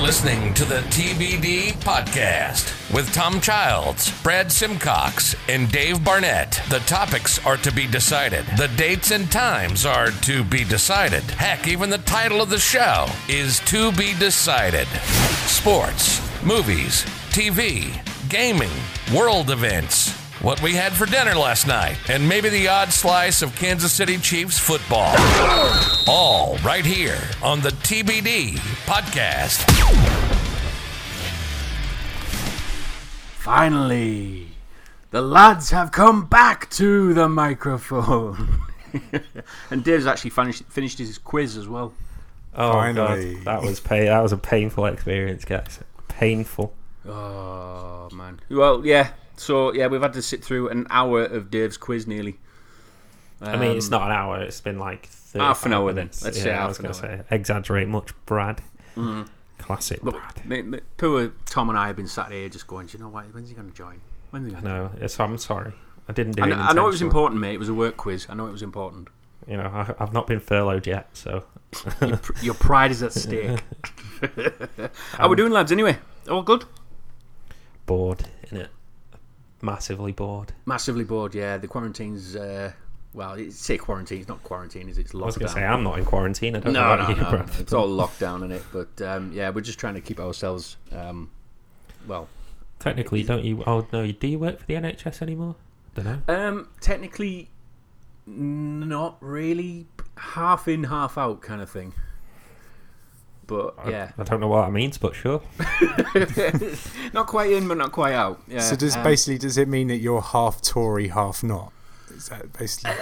listening to the TBD podcast with Tom Childs, Brad Simcox, and Dave Barnett. The topics are to be decided. The dates and times are to be decided. Heck, even the title of the show is to be decided. Sports, movies, TV, gaming, world events. What we had for dinner last night, and maybe the odd slice of Kansas City Chiefs football. All right here on the TBD podcast. Finally, the lads have come back to the microphone. and Dave's actually finished, finished his quiz as well. Oh Finally. god, that was pain. That was a painful experience, guys. Painful. Oh, man. Well, yeah. So, yeah, we've had to sit through an hour of Dave's quiz nearly. I mean, it's not an hour. It's been like 30 Um, Half an hour then. minutes. Let's yeah, say half I was an gonna hour. Mm-hmm. say exaggerate much, Brad. Classic Brad. Me- me- Poor Tom and I have been sat here just going, do you know what? When's he going to join? When's he going to No, it's, I'm sorry. I didn't do I it. know, I know it was intentionally. important, mate. It was a work quiz. I know it was important. You know, I, I've not been furloughed yet, so Pr- Your pride is at stake. How we doing, lads? Anyway, all good. bored in it. Massively bored. Massively bored. Yeah, the quarantine's. Uh, well, it's say quarantine. It's not quarantine. Is it? it's lockdown? I was going to say I'm not in quarantine. I don't know no, no, about you, no, Brad. It's all lockdown in it, but um, yeah, we're just trying to keep ourselves. Um, well, Technically, don't you? Oh no, you do you work for the NHS anymore? Don't know. um, technically, not really. Half in, half out, kind of thing. But yeah, I don't know what that means, but sure. not quite in, but not quite out. Yeah. So does um, basically does it mean that you're half Tory, half not? Is that basically?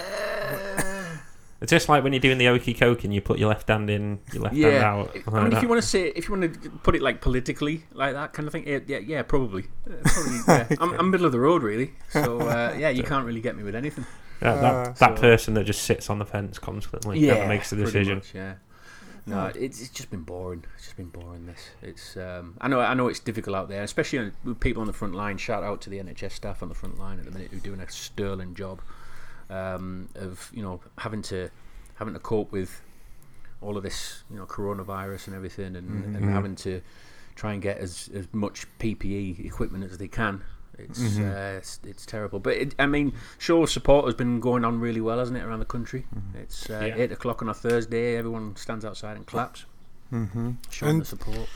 It's just like when you're doing the okey coke and you put your left hand in, your left hand Yeah, out. I like mean, if that. you want to say, if you want to put it like politically, like that kind of thing, yeah, yeah, yeah probably. Uh, probably yeah. I'm, I'm middle of the road, really. So uh, yeah, you can't really get me with anything. That, that, Uh, that person that just sits on the fence constantly, never makes the pretty decision. Hmm. much, yeah. No, it's, it's just been boring. It's just been boring. This. It's. Um, I know. I know it's difficult out there, especially on- with people on the front line. Shout out to the NHS staff on the front line at the minute who are doing a sterling job um, of you know having to having to cope with all of this you know coronavirus and everything, and, Mm-hmm. and having to try and get as, as much PPE equipment as they can. It's Mm-hmm. uh, it's, it's terrible, but it, I mean, sure, support has been going on really well, hasn't it, around the country? Mm-hmm. It's uh, Yeah. eight o'clock on a Thursday. Everyone stands outside and claps, mm-hmm. showing And- the support.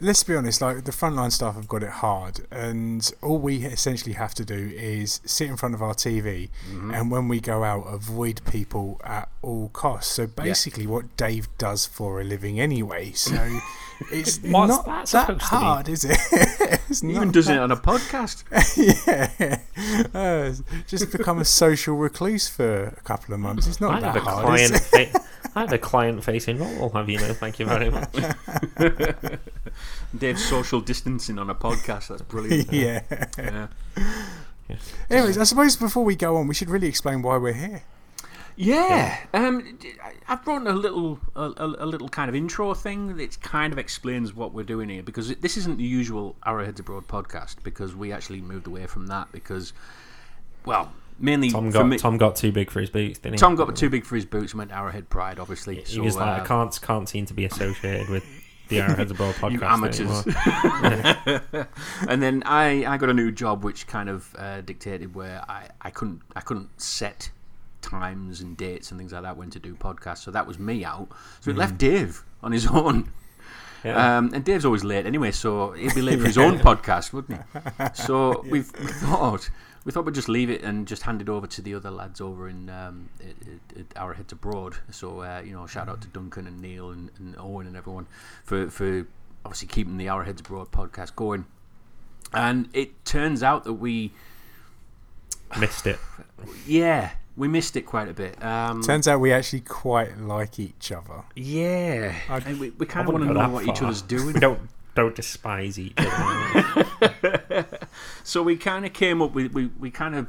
Let's be honest. Like the frontline staff have got it hard, and all we essentially have to do is sit in front of our TV, Mm-hmm. and when we go out, avoid people at all costs. So basically, what Dave does for a living, anyway. So it's What's not that that, supposed to be? hard, is it? It's He not even does it on a podcast. yeah. Uh, just become a social recluse for a couple of months. It's I not have that a hard. is client. it? Fa- I have a client-facing role. Have you know? Thank you very much. Dave's social distancing on a podcast. That's brilliant. yeah. Yeah. Anyways, I suppose before we go on, we should really explain why we're here. Yeah, um, d- I- I've brought a little a, a, a little kind of intro thing that kind of explains what we're doing here because it- this isn't the usual Arrowheads Abroad podcast because we actually moved away from that because, well, mainly Tom for got me- Tom got too big for his boots, didn't he? Tom got too big for his boots and went to Arrowhead Pride, obviously. He so, was like, uh, I can't can't seem to be associated with the Arrowheads Abroad podcast you amateurs. anymore. and then I, I got a new job which kind of uh, dictated where I, I couldn't I couldn't set times and dates and things like that when to do podcasts. So that was me out. So it left Dave on his own. Yeah. Um, and Dave's always late anyway, so he'd be late for his own podcast, wouldn't he? So we've we thought we thought we'd just leave it and just hand it over to the other lads over in um, at, at, at our heads abroad. So uh, you know, shout out to Duncan and Neil and, and Owen and everyone for for obviously keeping the Our Heads Abroad podcast going. And it turns out that we Missed it. yeah we missed it quite a bit. Um, Turns out we actually quite like each other. yeah, I- And we, we kind I of want wouldn't to go know that what each far. other's doing. We don't don't despise each other. So we kind of came up with we, we kind of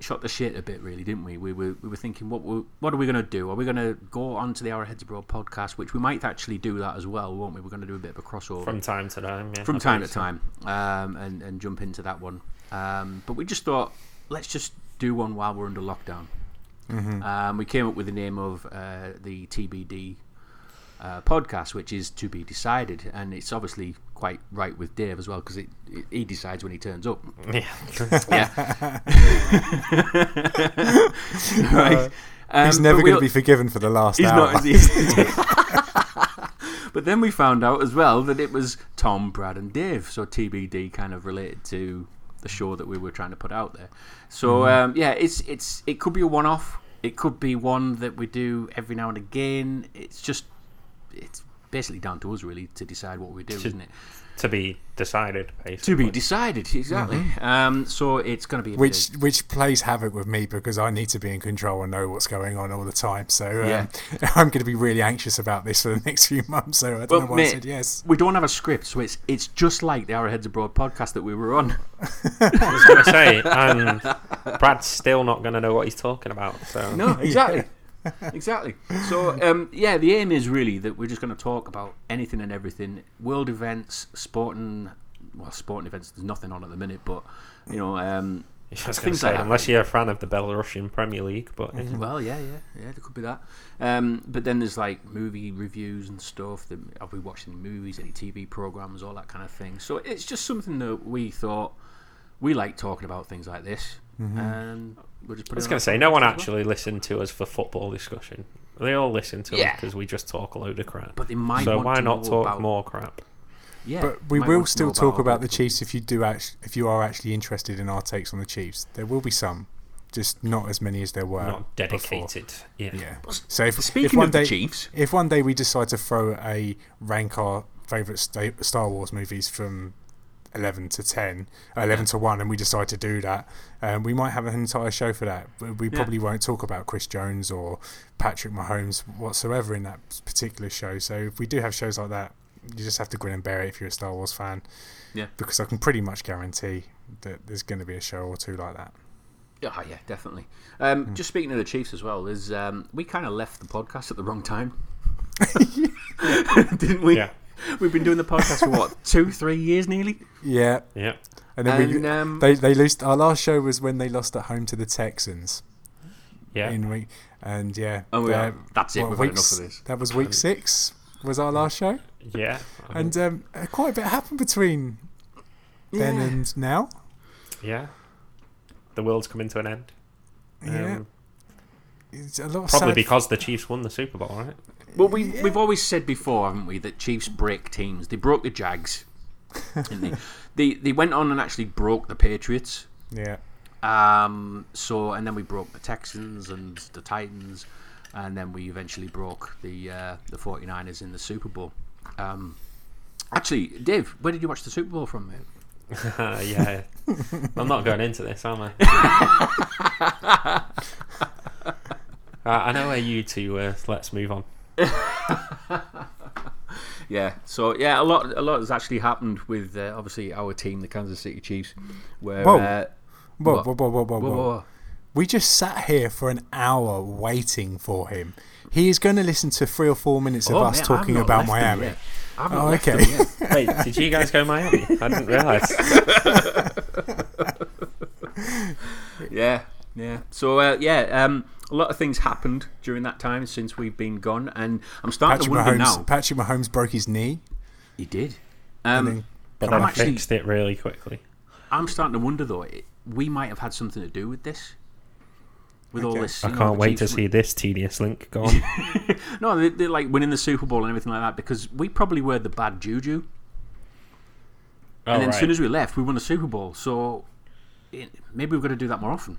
shot the shit a bit, really, didn't we? We were we were thinking what we, what are we going to do? Are we going to go on to the Our Heads Abroad podcast, which we might actually do that as well, won't we? We're going to do a bit of a crossover from time to time. Yeah, from I time to think time um, and and jump into that one. Um, but we just thought let's just do one while we're Mm-hmm. under lockdown. Um, we came up with the name of uh, the TBD uh, podcast, which is to be decided, and it's obviously quite right with Dave as well because it, it, he decides when he turns up. Yeah. Yeah, Uh, right. Um, he's never but we going to al- be forgiven for the last He's hour. not. he's- but then we found out as well that it was Tom, Brad, and Dave. So TBD kind of related to the show that we were trying to put out there. So Mm-hmm. um, yeah, it's it's it could be a one-off. It could be one that we do every now and again. It's just it's basically down to us really to decide what we do, isn't it? to be decided, To basically. be decided, exactly. Um, so it's going to be a bit Mm-hmm. which which plays havoc with me because I need to be in control and know what's going on all the time. So um, Yeah. I'm going to be really anxious about this for the next few months. So I don't Well, know why I mate, said yes. We don't have a script, so it's it's just like the Arrowheads Abroad podcast that we were on. I was going to say, and Brad's still not going to know what he's talking about. So No, exactly. exactly. So, um, yeah, the aim is really that we're just going to talk about anything and everything world events, sporting, well, sporting events, there's nothing on at the minute, but, you know, um, I was going Things to Mm-hmm. say, like that. unless you're a fan of the Belarusian Premier League, but yeah. well, yeah, yeah, yeah, there could be that. Um, but then there's like movie reviews and stuff. That, have we watched any movies, any TV programs, all that kind of thing? So it's just something that we thought we like talking about things like this. Mm-hmm. And we'll just put I was it going on to say, no one as well. actually listened to us for football discussion. They all listen to us 'cause us Yeah. because we just talk a load of crap. But they might so want why to not know talk about- more crap? Yeah, But we might will want to know still talk our about the Liverpool. Chiefs if you do act- if you are actually interested in our takes on the Chiefs. There will be some, just not as many as there were. not dedicated. Yeah. Before. Yeah. So if, if Speaking one of day the Chiefs, if one day we decide to throw a rank our favorite sta- Star Wars movies from 11 to 10 uh, 11 to 1 and we decide to do that um, we might have an entire show for that We- we probably won't talk about Chris Jones or Patrick Mahomes whatsoever in that particular show so if we do have shows like that you just have to grin and bear it if you're a Star Wars fan Yeah. because I can pretty much guarantee that there's going to be a show or two like that Yeah, oh, yeah, definitely. Um, Hmm. Just speaking of the Chiefs as well, is um, we kind of left the podcast at the wrong time, didn't we? Yeah. We've been doing the podcast for what two, three years nearly. yeah Yeah. and then And, we um, Mm. they, they lost our last show was when they lost at home to the Texans Yeah. in week and yeah Oh, we uh, are. That's it. what, We've had week enough of s- this. Mm. that was week six was our last show yeah. and um, uh, quite a bit happened between then Yeah. and now yeah. The world's coming to an end. yeah Um, it's a lot of Probably sad- because the Chiefs won the Super Bowl, right? Well, we we've always said before, haven't we, that Chiefs break teams. They broke the Jags. didn't they? they they went on and actually broke the Patriots. yeah Um, so and then we broke the Texans and the Titans, and then we eventually broke the uh, the 49ers in the Super Bowl. Um, actually, Dave, where did you watch the Super Bowl from, mate? Uh, yeah. I'm not going into this, am I? Right, Uh, I know where you two were. so Let's move on. Yeah. So yeah, a lot a lot has actually happened with uh, obviously our team, the Kansas City Chiefs, where Whoa. uh, whoa What? whoa whoa whoa whoa, whoa, whoa. whoa, whoa. we just sat here for an hour waiting for him he is going to listen to three or four minutes of Oh, us mate, I've talking not about left them Miami yet. I've not oh left them okay yet. Wait, did you guys go Miami? I didn't realise. Yeah, yeah. So uh, yeah, um, a lot of things happened during that time since we've been gone, and I'm starting Patrick to wonder Mahomes now. Patrick Mahomes broke his knee He did. Um, then- But I'm I actually, fixed it really quickly. I'm starting to wonder though. It, we might have had something to do with this. With all Okay. this, I you know, can't the wait to Chiefs- see this tedious link go on. No, they, they're like winning the Super Bowl and everything like that because we probably were the bad juju, Oh, and then as soon as we left, we won the Super Bowl. So it, maybe we've got to do that more often.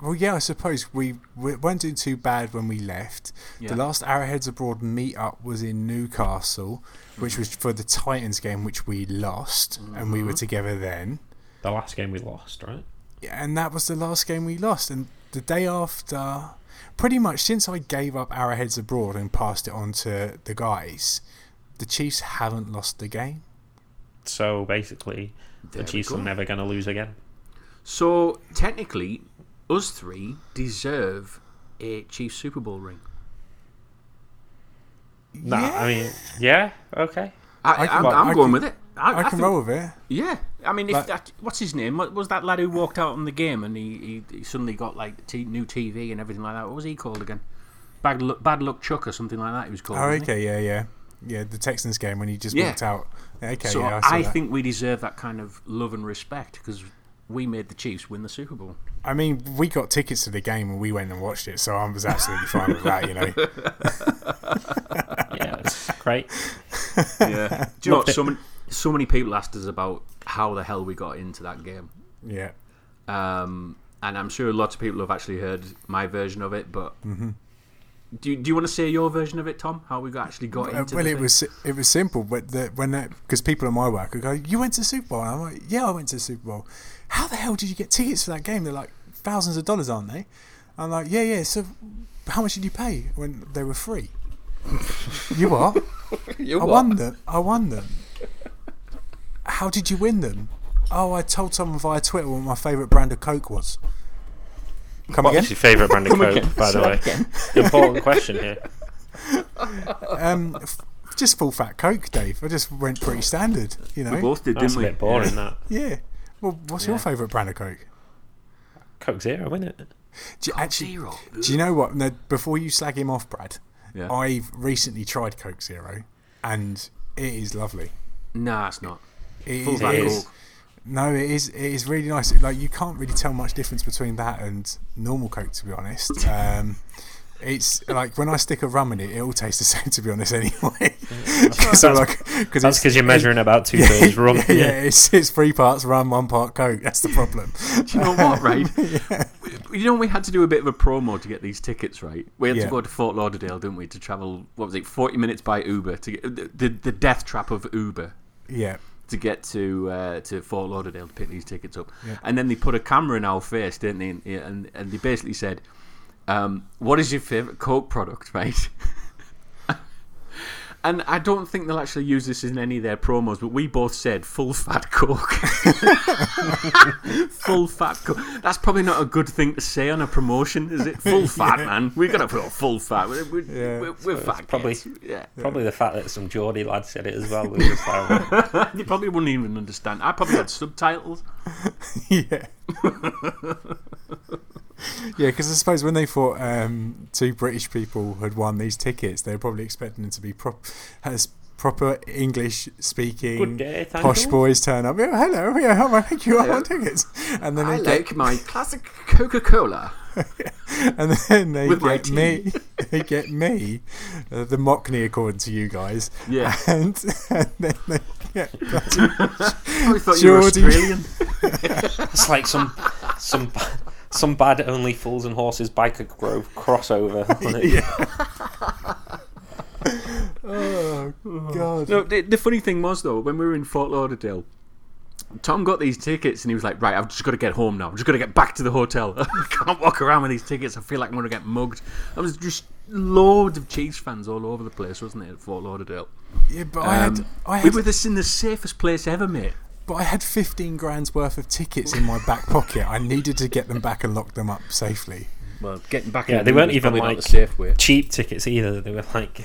Well, yeah, I suppose we, we weren't doing too bad when we left. Yeah. The last Arrowheads Abroad meet-up was in Newcastle, which was for the Titans game, which we lost, and Mm-hmm. we were together then. the last game we lost, right? Yeah, And that was the last game we lost. And the day after, pretty much since I gave up Arrowheads Abroad and passed it on to the guys, the Chiefs haven't lost the game. So basically, There the we Chiefs go. are never going to lose again. So technically, us three deserve a Chiefs Super Bowl ring. Nah, I mean, yeah, okay. I, I can- I am well, I'm I going can- with it. I, I, I can think- roll with it. Yeah, I mean, if Like- that what's his name? What was that lad who walked out on the game and he, he, he suddenly got like t- new TV and everything like that? What was he called again? Bad Luck, Bad Luck Chuck or something like that. It was called. Oh, wasn't it? okay, yeah, yeah, yeah. The Texans game when he just Yeah. walked out. Okay, So yeah, I, saw I, that. think we deserve that kind of love and respect because we made the Chiefs win the Super Bowl. I mean, we got tickets to the game and we went and watched it, so I was absolutely fine with that. You know, Yeah, it's great. Yeah. Do you know what? Loved it. So many, so many people asked us about how the hell we got into that game. yeah. Um, and I'm sure lots of people have actually heard my version of it, but. Mm-hmm. Do, you, do you want to say your version of it, Tom? How we got actually got Uh, into well, the it thing? was it was simple, but the, when because people at my work would go, "You went to the Super Bowl," and I'm like, "Yeah, I went to the Super Bowl." How the hell did you get tickets for that game? They're like thousands of dollars, aren't they? I'm like, "Yeah, yeah." So, how much did you pay when they were free? you are. You I won them. I won them. How did you win them? Oh, I told someone via Twitter what my favourite brand of Coke was. Come What's again? your favourite brand of Coke, by the way? Important question here. Um, f- just full fat Coke, Dave. I just went pretty standard, you know. We both did, That's didn't a we? bit boring, that. Yeah. Well, what's your favourite brand of Coke? Coke Zero, isn't it? Do you, actually, Zero. do you know what? No, before you slag him off, Brad, Yeah. I've recently tried Coke Zero, and it is lovely. Nah, it's not. It Full is- fat it is- Coke. No, it is. It is really nice. Like you can't really tell much difference between that and normal Coke, to be honest. Um, it's like when I stick a rum in it, it all tastes the same, to be honest. Anyway, because That's because you're measuring about two thirds rum. Yeah, it's it's three parts rum, one part Coke. That's the problem. Do you know what, right? You know, we had to do a bit of a promo to get these tickets, right? We had Yeah. to go to Fort Lauderdale, didn't we, to travel, what was it, 40 minutes by Uber, to get the, the, the death trap of Uber Yeah, to get to uh, to Fort Lauderdale to pick these tickets up. Yeah. And then they put a camera in our face, didn't they? And, and, and they basically said, um, What is your favourite Coke product, mate? and I don't think they'll actually use this in any of their promos, but we both said full fat Coke. full fat Coke. That's probably not a good thing to say on a promotion, is it? Full fat, man. We're going to put full fat. We're, we're, Yeah. we're, we're fat. probably- kids. Yeah. Probably the fact that some Geordie lad said it as well. was just like, You probably wouldn't even understand. I probably had subtitles. yeah. Yeah, because I suppose when they thought um, two British people had won these tickets, they were probably expecting them to be prop- as proper English speaking Good day, thank posh you. boys turn up. Yeah, hello, yeah, how are you? I want tickets, and then I they like my classic Coca Cola. get, and then they With my get me, they get me, uh, the Mockney according to you guys, Yeah. and, and then they get I thought you were Geordie. Australian. Australian. it's like some some some bad only fools and horses biker grove crossover. On it. oh god, No, the, the funny thing was though, when we were in Fort Lauderdale, Tom got these tickets and he was like, "Right, I've just got to get home now. I've just got to get back to the hotel. I can't walk around with these tickets. I feel like I'm going to get mugged." I was just loads of Chiefs fans all over the place, wasn't it, at Fort Lauderdale? yeah, but I had, Um, I we had, were this in the safest place ever, mate. but I had fifteen grand's worth of tickets in my back pocket. I needed to get them back and lock them up safely. Well, getting back. Yeah, in they the weren't was even probably not like the safe way. cheap tickets either. They were like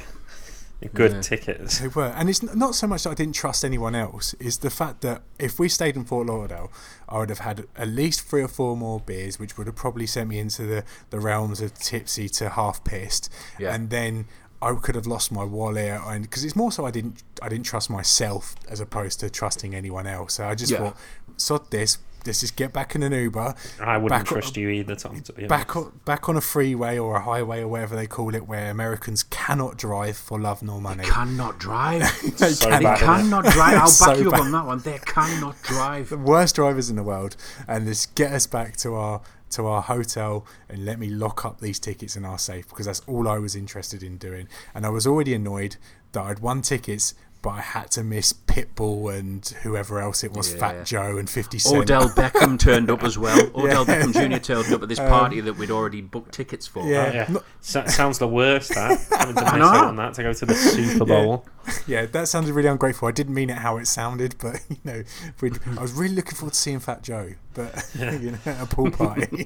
good tickets. They were, and it's n- not so much that I didn't trust anyone else. Is the fact that if we stayed in Fort Lauderdale, I would have had at least three or four more beers, which would have probably sent me into the, the realms of tipsy to half pissed, Yeah. and then I could have lost my wallet. And because it's more so, I didn't I didn't trust myself as opposed to trusting anyone else. So I just Yeah. thought, sod this. Let's just get back in an Uber. I wouldn't back- trust you either, Tom. To be back on, back on a freeway or a highway or whatever they call it, where Americans cannot drive for love nor money. Cannot drive. They So cannot. bad. They cannot drive. I'll So back you up bad. on that one. They cannot drive. worst drivers in the world and just get us back to our to our hotel and let me lock up these tickets in our safe because that's all I was interested in doing and I was already annoyed that I'd won tickets but I had to miss Pitbull and whoever else it was Yeah. Fat Joe and 50 Cent Odell Beckham turned up as well. Odell Beckham Jr. turned up at this party that we'd already booked tickets for. Um, yeah, Yeah. not- So, sounds the worst. That having to miss know. out on that to go to the Super Bowl. yeah that sounded really ungrateful I didn't mean it how it sounded but you know we'd, I was really looking forward to seeing Fat Joe but you know at a pool party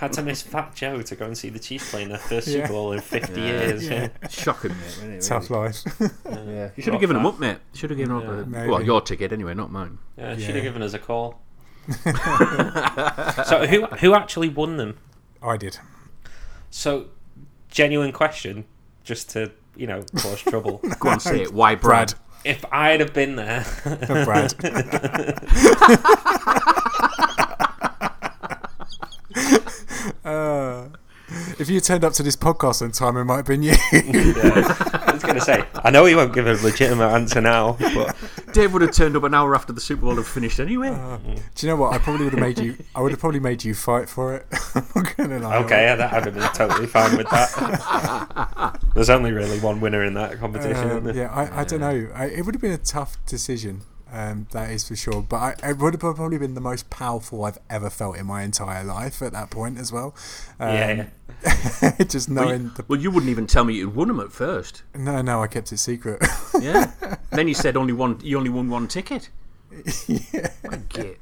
Had to miss Fat Joe to go and see the Chiefs playing their first Yeah. Super Bowl in 50 years. Yeah. Shocking, mate. wasn't it, tough life really? Yeah. You should Not have given him bad. up, mate. You should have given him up. Yeah. uh, well, Maybe. your ticket anyway, not mine. Yeah, should Yeah. have Uh, given us a call. so who who actually won them? I did So genuine question, just to you know cause trouble. Go on, say it. Why Brad? Brad. if I'd have been there, Brad. Uh, if you turned up to this podcast on time, it might have been you. I was going to say, I know he won't give a legitimate answer now, but Dave would have turned up an hour after the Super Bowl had finished anyway. Uh, Do you know what? I probably would have made you. I would have probably made you fight for it. I'm not gonna lie. okay, that I'd have been totally fine with that. There's only really one winner in that competition. Um, isn't there? yeah, I, I don't know. I, it would have been a tough decision. Um, that is for sure. But I, it would have probably been the most powerful I've ever felt in my entire life at that point as well. Um, Yeah, just knowing the. Well, you wouldn't even tell me you'd won them at first. No, no, I kept it secret. Yeah. then you said only one. You only won one ticket. yeah. Git.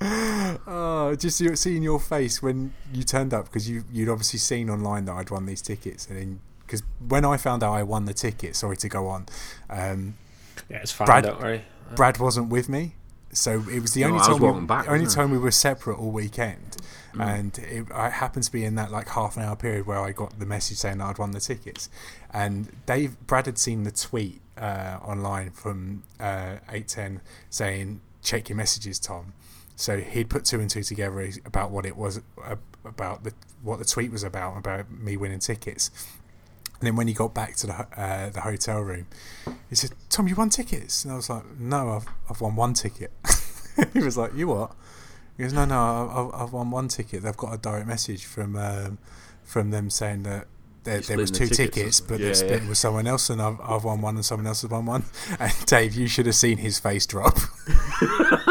Oh, just see- seeing your face when you turned up because you you'd obviously seen online that I'd won these tickets, and then because when I found out I won the ticket, sorry to go on, um, yeah, it's fine. Brad- Don't worry. Uh, Brad wasn't with me, so it was the No, only I was time we, walking back, only wasn't I? Mm. time we were separate all weekend, and it, I happened to be in that like half an hour period where I got the message saying that I'd won the tickets, and Dave Brad had seen the tweet uh, online from uh, eight ten saying check your messages, Tom. So he'd put two and two together about what it was uh, about the what the tweet was about about me winning tickets. And then when he got back to the ho- uh, the hotel room, he said, "Tom, you won tickets." And I was like, "No, I've I've won one ticket." he was like, "You what?" He goes, "No, no, I- I've, I've won one ticket. They've got a direct message from um, from them saying that." There, there was two splitting the tickets tickets, or but something. they Yeah, split yeah. with someone else, and I've, I've won one, and someone else has won one. And Dave, you should have seen his face drop.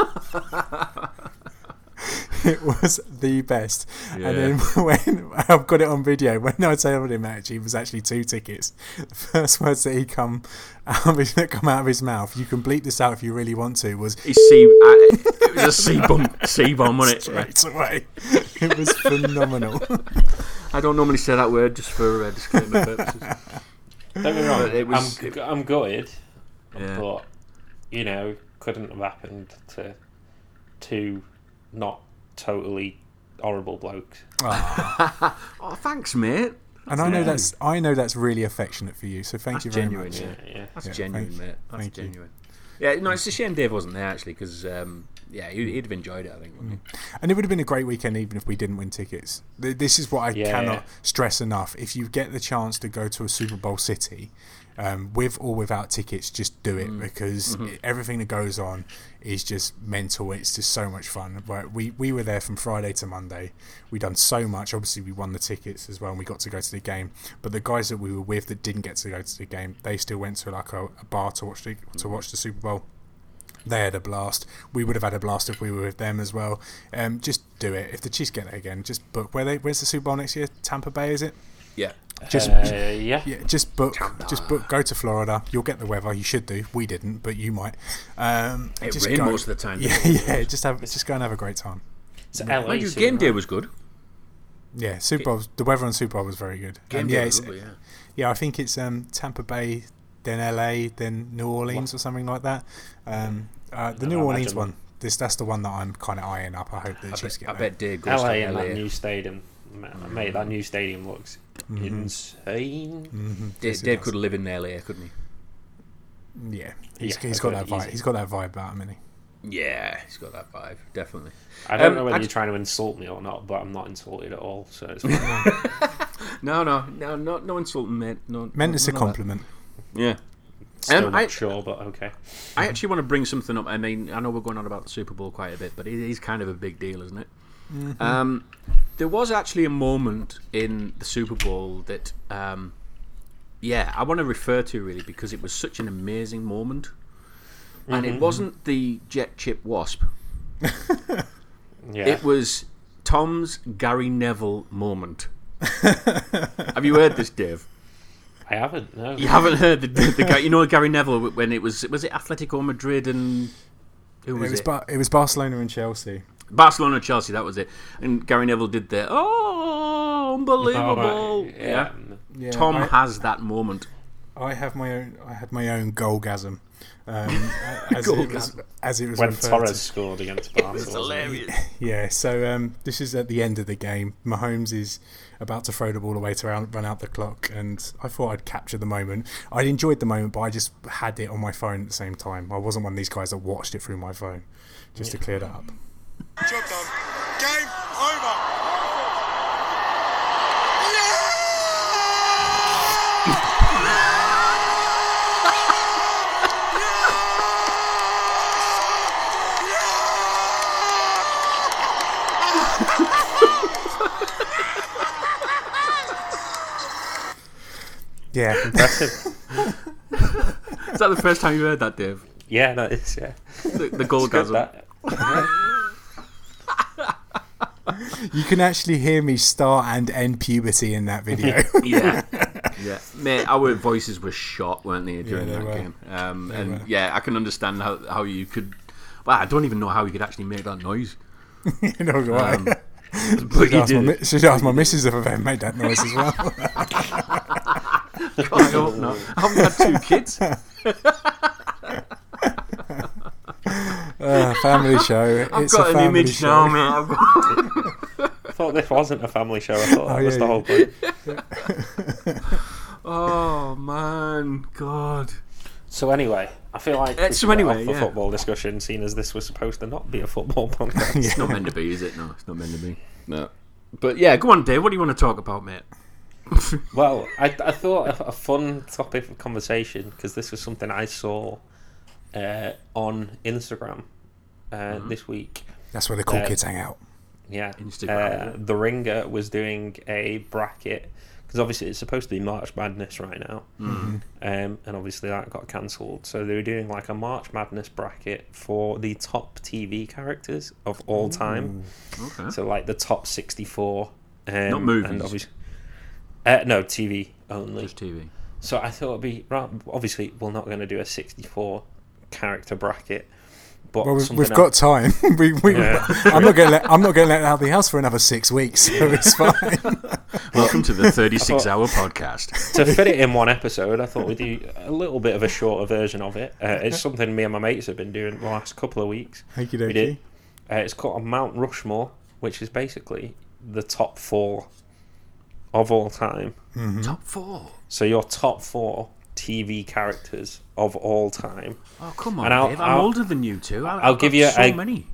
it was the best. And then when I've got it on video, when I told him actually it was actually two tickets. The first words that he come out of his, that come out of his mouth, you can bleep this out if you really want to, was He see. I, it was a C bomb. C bomb, wasn't it? straight away. It was phenomenal. I don't normally say that word just for uh, disclaimer purposes. Don't get me wrong. But it was- I'm, I'm gutted, Yeah. but you know, couldn't have happened to two not totally horrible blokes. Oh, thanks, mate. And I know that's I know that's really affectionate for you, so thank you very genuine, much. yeah. Yeah. That's Yeah, genuine, thank- mate. That's thank you. genuine. Yeah, no, it's a shame Dave wasn't there actually because, um, yeah, he'd, he'd have enjoyed it, I think. Wouldn't he? And it would have been a great weekend even if we didn't win tickets. Th- This is what I Yeah. cannot stress enough. If you get the chance to go to a Super Bowl city, um, with or without tickets, just do Mm. it because Mm-hmm. e-, everything that goes on is just mental. It's just so much fun. Right, we we were there from Friday to Monday. We done so much. Obviously, we won the tickets as well, and we got to go to the game. But the guys that we were with that didn't get to go to the game, they still went to like a, a bar to watch the, to watch the Super Bowl they had a blast. We would have had a blast if we were with them as well. Um, just do it. If the Chiefs get there again, just book. Where they? Where's the Super Bowl next year? Tampa Bay, is it? Yeah. Just Uh, yeah. yeah, just book. Just book. Go to Florida. You'll get the weather. You should do. We didn't, but you might. Um, It just rained go. most of the time. Yeah, yeah. Just have. Just go and have a great time. It's LA Mind you, soon, game day right? was good. Yeah, Super Bowl. The weather on Super Bowl was very good. Game And day yeah, was it's, lovely, yeah. yeah. I think it's um, Tampa Bay, then LA, then New Orleans or something like that. Um, uh, the New I Orleans imagine- one. This that's the one that I'm kind of eyeing up. I hope the Chiefs get I there. bet Dave goes LA to and LA. that new stadium. Mm. Ma- Mate, that new stadium looks Mm-hmm. insane. Mm. Dave, he Dave does. could live in LA, couldn't he? Yeah, he's, Yeah, he's I've got got that it vibe. easy. He's got that vibe about him, and he? Yeah, he's got that vibe, definitely. I don't Um, know whether I you're just- trying to insult me or not, but I'm not insulted at all. So it's Um, fine. No, no, no, no, no insulting, mate. No, Meant no, as a none of compliment. that. Yeah. still Um, not I- sure, but okay. I actually want to bring something up. I mean, I know we're going on about the Super Bowl quite a bit, but it is kind of a big deal, isn't it? Mm-hmm. Um, there was actually a moment in the Super Bowl that, um, yeah, I want to refer to really because it was such an amazing moment, and Mm-hmm. it wasn't the jet chip wasp. Yeah. It was Tom's Gary Neville moment. Have you heard this, Dave? I haven't. No. You haven't heard the, the, guy. You know Gary Neville when it was was it Atletico Madrid and who It was was it? Bar- it was Barcelona and Chelsea. Barcelona, Chelsea, that was it. And Gary Neville did the oh All right, unbelievable. Yeah. Yeah, Tom I, has that moment. I have my own. I had my own goalgasm, um, as, it was, as it was when referred Torres to. scored against Barcelona. Yeah, so um, this is at the end of the game. Mahomes is about to throw the ball away to out, run out the clock, and I thought I'd capture the moment. I enjoyed the moment, but I just had it on my phone at the same time. I wasn't one of these guys that watched it through my phone, just to clear that up. Job done. Game over. Yeah! Yeah, Impressive. Is that the first time you heard that, Dave? yeah, that is. Yeah, The, the good. goalgasm. That you can actually hear me start and end puberty in that video. Yeah, yeah, mate. Our voices were shot, weren't they, during they that were. game? Um, and were. yeah, I can understand how how you could. Well, I don't even know how you could actually make that noise. You know why? Um, Should But you ask my did. mi- should ask my missus if I've ever made that noise as well. I hope not. I haven't had two kids. Uh, family show. I've it's a got an family image now, show. mate. I've got... I thought this wasn't a family show. I thought that Oh, was yeah, the whole yeah. point. Oh man, God. So anyway, I feel like Uh, we so should get anyway, off the yeah. football discussion, seeing as this was supposed to not be a football podcast. It's not meant to be, is it? No, it's not meant to be. No. But yeah, go on, Dave. What do you want to talk about, mate? Well, I, I thought a, a fun topic of conversation because this was something I saw uh, on Instagram uh, Mm-hmm. this week. That's where the cool Uh, kids hang out. Yeah, Instagram, Uh, the Ringer was doing a bracket because obviously it's supposed to be March Madness right now, mm-hmm. um, and obviously that got cancelled. So they were doing like a March Madness bracket for the top TV characters of all time. Okay. So like the top sixty-four. Um, Not movies. And obviously, uh, no TV only. Just TV. So I thought it'd be right. Obviously, we're not going to do a 64 character bracket, but Well, we've, something we've else- got time. we, we, Yeah. I'm not going to let I'm not going to let out the house for another six weeks, so it's fine. Welcome to the 36 thought- hour podcast. to fit it in one episode. I thought we'd do a little bit of a shorter version of it. Uh, it's something me and my mates have been doing the last couple of weeks. Thank you, We did. Uh, it's called a Mount Rushmore, which is basically the top four of all time. Top four. So your top four TV characters of all time. Oh, come on, And I'll- Dave. I'm I'll- older than you two. I, I'll I've give got you so a- many.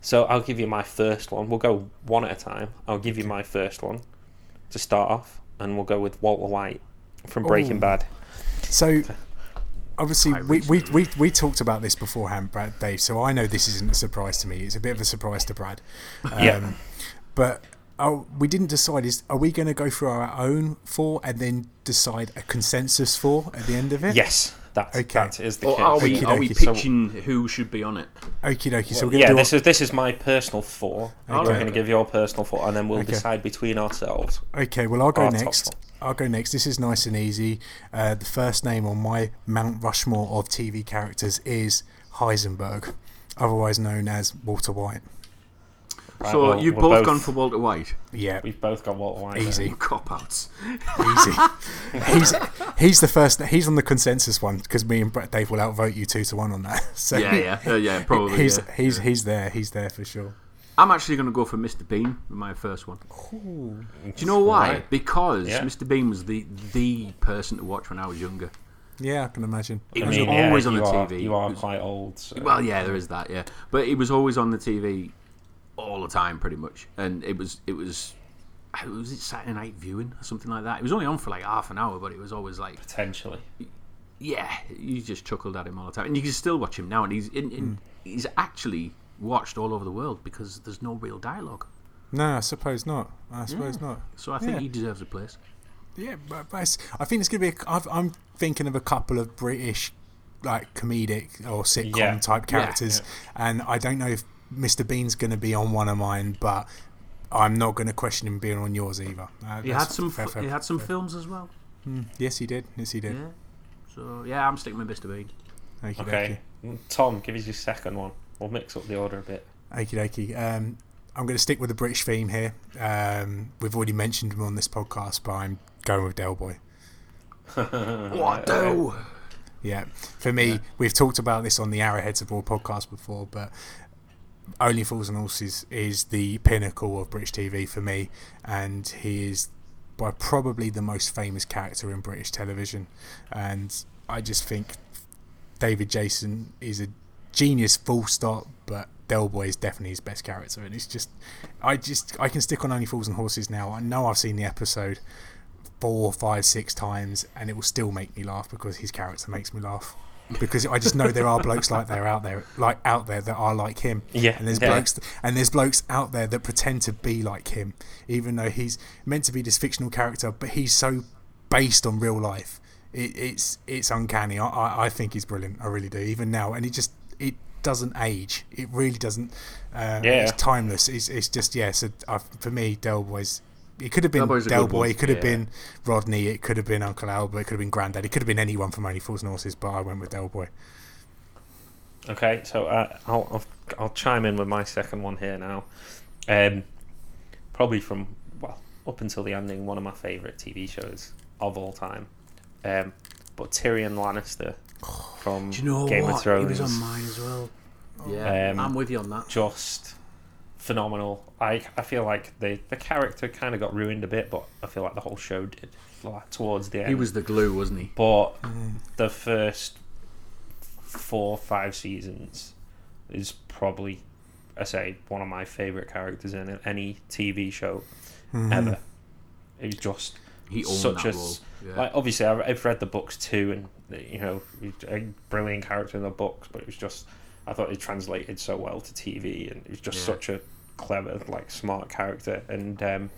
So I'll give you my first one. We'll go one at a time. I'll give you my first one to start off, and we'll go with Walter White from Breaking Bad. So, obviously, we, we, we, we talked about this beforehand, Brad, Dave. So I know this isn't a surprise to me. It's a bit of a surprise to Brad. Um, Yeah. But oh, we didn't decide. Is are we going to go through our own four and then decide a consensus four at the end of it? Yes, that Okay. that is the Or case. are we, Okie are we dokie. So- pitching who should be on it? Okie dokie. So we're going Yeah, to do. this is this is my personal four. I'm Okay. going to give your personal four, and then we'll Okay. decide between ourselves. Okay, well, I'll go Our top next. four. I'll go next. This is nice and easy. Uh, the first name on my Mount Rushmore of TV characters is Heisenberg, otherwise known as Walter White. Right, So well, you've we're both, gone for Walter White. Yeah, We've both got Walter White. easy, Cop outs. easy. he's he's the first. He's on the consensus one because me and Brett Dave will outvote you two to one on that. So Yeah, yeah, yeah, yeah, probably. he's yeah. he's he's there. He's there for sure. I'm actually going to go for Mr. Bean with my first one. Do you know why? Right. Because Yeah. Mr. Bean was the the person to watch when I was younger. Yeah, I can imagine. It I was mean, yeah, always on the you are- TV. You are It was- quite old. So. Well, yeah, there is that. Yeah, but it was always on the TV all the time, pretty much. And it was it was I- was it Saturday night viewing or something like that. It was only on for like half an hour, but it was always like potentially. yeah, you just chuckled at him all the time, and you can still watch him now. And he's in, Hmm. in he's actually watched all over the world because there's no real dialogue. No, I suppose not. I suppose Mm. not. So I think Yeah. he deserves a place. Yeah, but, but it's- I think it's going to be. A, I've, I'm thinking of a couple of British, like comedic or sitcom Yeah. type Yeah. characters, and I don't know if Mr. Bean's going to be on one of mine, but I'm not going to question him being on yours either. Uh, He that's had some fair, f- fair. he had some films as well. Yes, he did. Yes, he did. Yeah. So yeah, I'm sticking with Mr. Bean. Okey Okay. Mm, Tom, give us your second one. We'll mix up the order a bit. Okie dokie. Um, I'm going to stick with the British theme here. Um, we've already mentioned him on this podcast, but I'm going with Del Boy. What do? Yeah. For me, we've talked about this on the Arrowheads Abroad podcast before, but Only Fools and Horses is the pinnacle of British TV for me, and he is by probably the most famous character in British television. And I just think David Jason is a genius, full stop, but. Del Boy is definitely his best character, and it's just, I just, I can stick on Only Fools and Horses now. I know I've seen the episode, four, five, six times, and it will still make me laugh because his character makes me laugh. Because I just know there are blokes like there out there, like out there that are like him. Yeah, and there's yeah. blokes and there's blokes out there that pretend to be like him, even though he's meant to be this fictional character, but he's so based on real life. It, it's it's uncanny. I, I I think he's brilliant. I really do. Even now, and it just it doesn't age. It really doesn't. Um, Yeah. it's timeless. It's it's just yeah. So I, for me, Del Boy's. It could have been Del Boy's a Del good one. Boy. It could have Yeah. been Rodney. It could have been Uncle Albert. It could have been Granddad. It could have been anyone from Only Fools and Horses. But I went with Del Boy. Okay, so uh, I'll, I'll I'll chime in with my second one here now. Um, probably from well up until the ending, one of my favourite TV shows of all time. Um, but Tyrion Lannister from Do you know Game what? of Thrones, He was on mine as well. Yeah, Um, I'm with you on that. just phenomenal. I I feel like the the character kind of got ruined a bit, but I feel like the whole show did like, towards the end. He was Mm. the glue, wasn't he? But the first four, five seasons is probably, I say, one of my favourite characters in any TV show Mm-hmm. ever. It was just He owned such that a role. s- Yeah. like obviously I've, I've read the books too, and you know, he's a brilliant character in the books, but it was just I thought it translated so well to TV, and it was just Yeah. such a clever, like smart character, and um,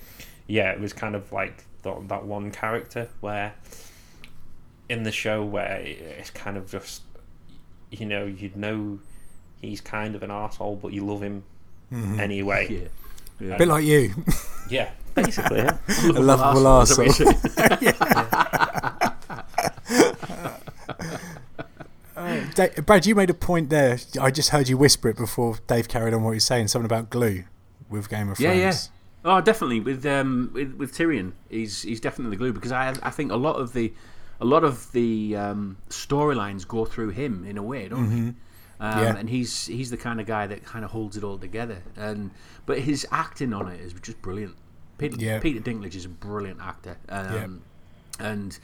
yeah, it was kind of like that, that one character where in the show where it's kind of just you know you know he's kind of an asshole, but you love him anyway. Mm-hmm. yeah. A bit like you, Yeah, basically. Yeah. a lovable arsehole. arsehole. Da- Brad, you made a point there. I just heard you whisper it before Dave carried on what he was saying. Something about glue with Game of Yeah, Thrones. yeah. Oh, definitely with um with, with Tyrion, he's he's definitely the glue because I I think a lot of the a lot of the um, storylines go through him in a way, don't they? Um, Mm-hmm. Yeah. And he's he's the kind of guy that kind of holds it all together. And but his acting on it is just brilliant. Peter, Yeah. Peter Dinklage is a brilliant actor, um, and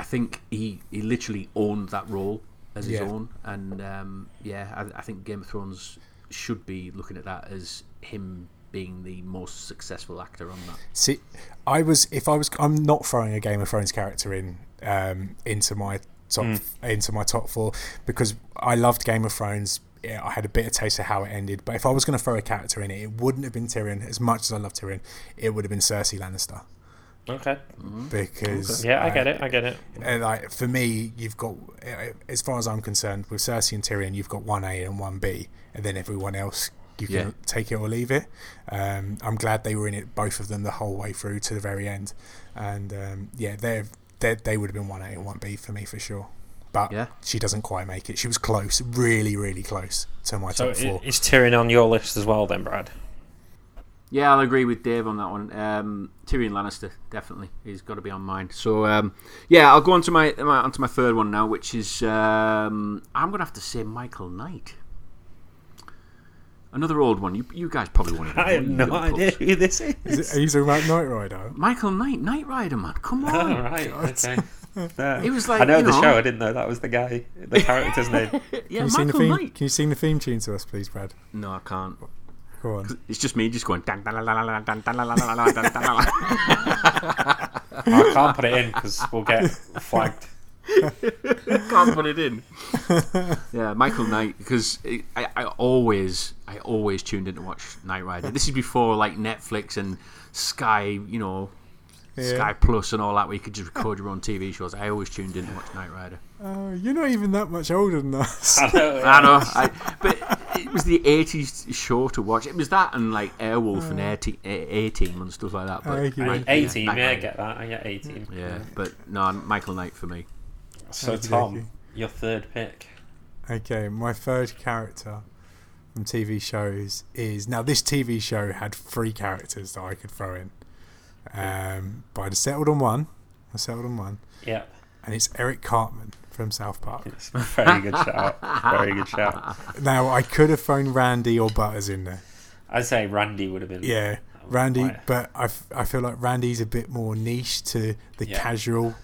I think he he literally owned that role as his Yeah. own. And um, yeah, I, I think Game of Thrones should be looking at that as him being the most successful actor on that. See, I was if I was I'm not throwing a Game of Thrones character in um, into my top Hmm. into my top four because I loved Game of Thrones. Yeah, I had a bit of taste of how it ended, but if I was going to throw a character in it, it wouldn't have been Tyrion. As much as I love Tyrion, it would have been Cersei Lannister Okay. Hmm. because Yeah, I uh, get it. I get it. uh, like for me, you've got, uh, as far as I'm concerned, with Cersei and Tyrion, you've got one A and one B, and then everyone else you can Yeah. take it or leave it. Um, I'm glad they were in it, both of them, the whole way through to the very end, and um, yeah, they're, they they would have been one A and one B for me for sure. But Yeah. she doesn't quite make it. She was close, really, really close to my So top four. i- is Tyrion on your list as well, then, Brad? Yeah, I'll agree with Dave on that one. Um, Tyrion Lannister definitely he's got to be on mine. So um, yeah, I'll go on to my, my onto my third one now, which is um, I'm gonna have to say Michael Knight. Another old one. You, you guys probably want to. I have no idea who this is. Is it- Are you talking about Knight Rider? Michael Knight, Knight Rider, man. Come All on. right, okay. Oh, Fair. It was like, I know you the know- show. I didn't know that was the guy, the character's name. yeah, Can you sing the Michael theme? Knight. Can you sing the theme tune to us, please, Brad? No, I can't. Go on. It's just me just going. "Dun, dun, dun, dun, dun, dun, dun, dun, dun, dun, dun, dun, dun." I can't put it in because we'll get flagged. can't put it in. yeah, Michael Knight because I, I always I always tuned in to watch Knight Rider. This is before like Netflix and Sky, you know, Sky Plus and all that, where you could just record your own TV shows. I always tuned in to watch Knight Rider. Oh, you're not even that much older than us. I know, I Oh, yeah. know, I, but it was the '80s show to watch. It was that and like Airwolf and Air Te- A A Team and stuff like that. But Okay. Knight- yeah, 18, yeah, Knight I Rider. get that. I get 18. Yeah, but no, Michael Knight for me. So, Okey dokey. Tom, your third pick. Okay, my third character from TV shows is now this TV show had three characters that I could throw in. Um, but I settled on one. I settled on one. Yeah. and it's Eric Cartman from South Park. It's a very good shout. Very good shout. Now I could have phoned Randy or Butters in there. I'd say Randy would have been. Yeah, Randy, Oh, Why? but I, f- I feel like Randy's a bit more niche to the Yeah. casual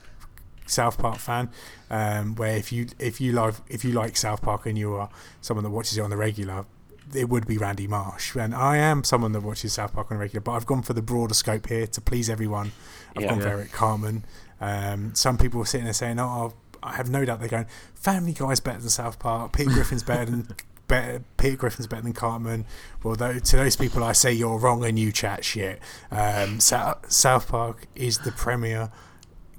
South Park fan. Um, where if you if you like if you like South Park and you are someone that watches it on the regular, it would be Randy Marsh. And I am someone that watches South Park on the regular, but I've gone for the broader scope here to please everyone. I've Yeah. gone for Yeah. Eric Carmen. Um, some people are sitting there saying, "Oh, I have no doubt they're going Family Guy's better than South Park. Peter Griffin's better than." Better, Peter Griffin's better than Cartman. Well, tho- to those people, I say you're wrong and you chat shit. Um, South, South Park is the premier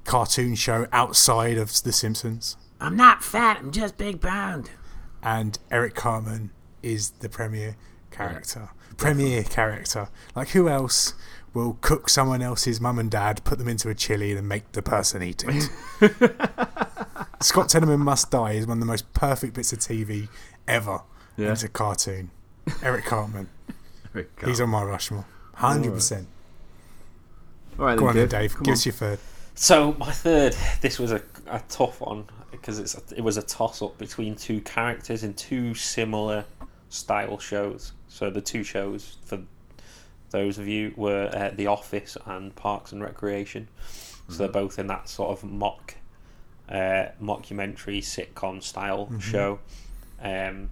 cartoon show outside of The Simpsons, I'm not fat. I'm just big boned. and Eric Cartman is the premier character. premier character. Like, who else will cook someone else's mum and dad, put them into a chili, and make the person eat it? Scott Tenorman Must Die is one of the most perfect bits of TV ever. Yeah. It's a cartoon. Eric Cartman. Oh. He's on my Rushmore. 100%. All right, Go then, on, then, Dave. Dave. Come Give on. us your third. So my third. This was a, a tough one because it's a, it was a toss up between two characters in two similar style shows. So the two shows for those of you were uh, The Office and Parks and Recreation. So they're both in that sort of mock uh, mockumentary sitcom style show. Um,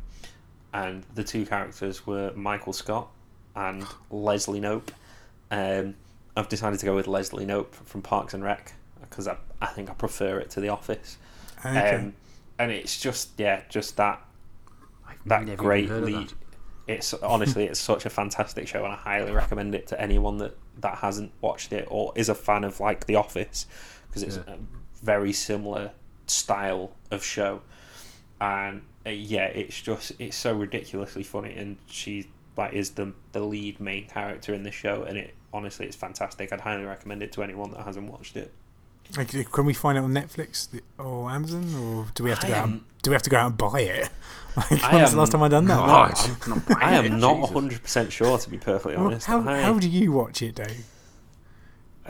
and the two characters were Michael Scott and Leslie Nope. Um, I've decided to go with Leslie Nope from Parks and Rec because I, I think I prefer it to The Office. Okay. Um, and it's just yeah, just that I've never that even great heard of lead. that. It's honestly, it's such a fantastic show, and I highly recommend it to anyone that that hasn't watched it or is a fan of like The Office, because it's Yeah. a very similar style of show, and uh, yeah, it's just it's so ridiculously funny, and she like is the the lead main character in the show, and it honestly it's fantastic. I'd highly recommend it to anyone that hasn't watched it. Okay, Can we find it on Netflix th- or Amazon, or do we have to I go? Out and, am- do we have to go out and buy it? Like, when I was the am last time I done that? God, I'm not buying Oh, I it, am not Jesus. hundred percent sure, to be perfectly Well, honest. how, I, how do you watch it, Dave?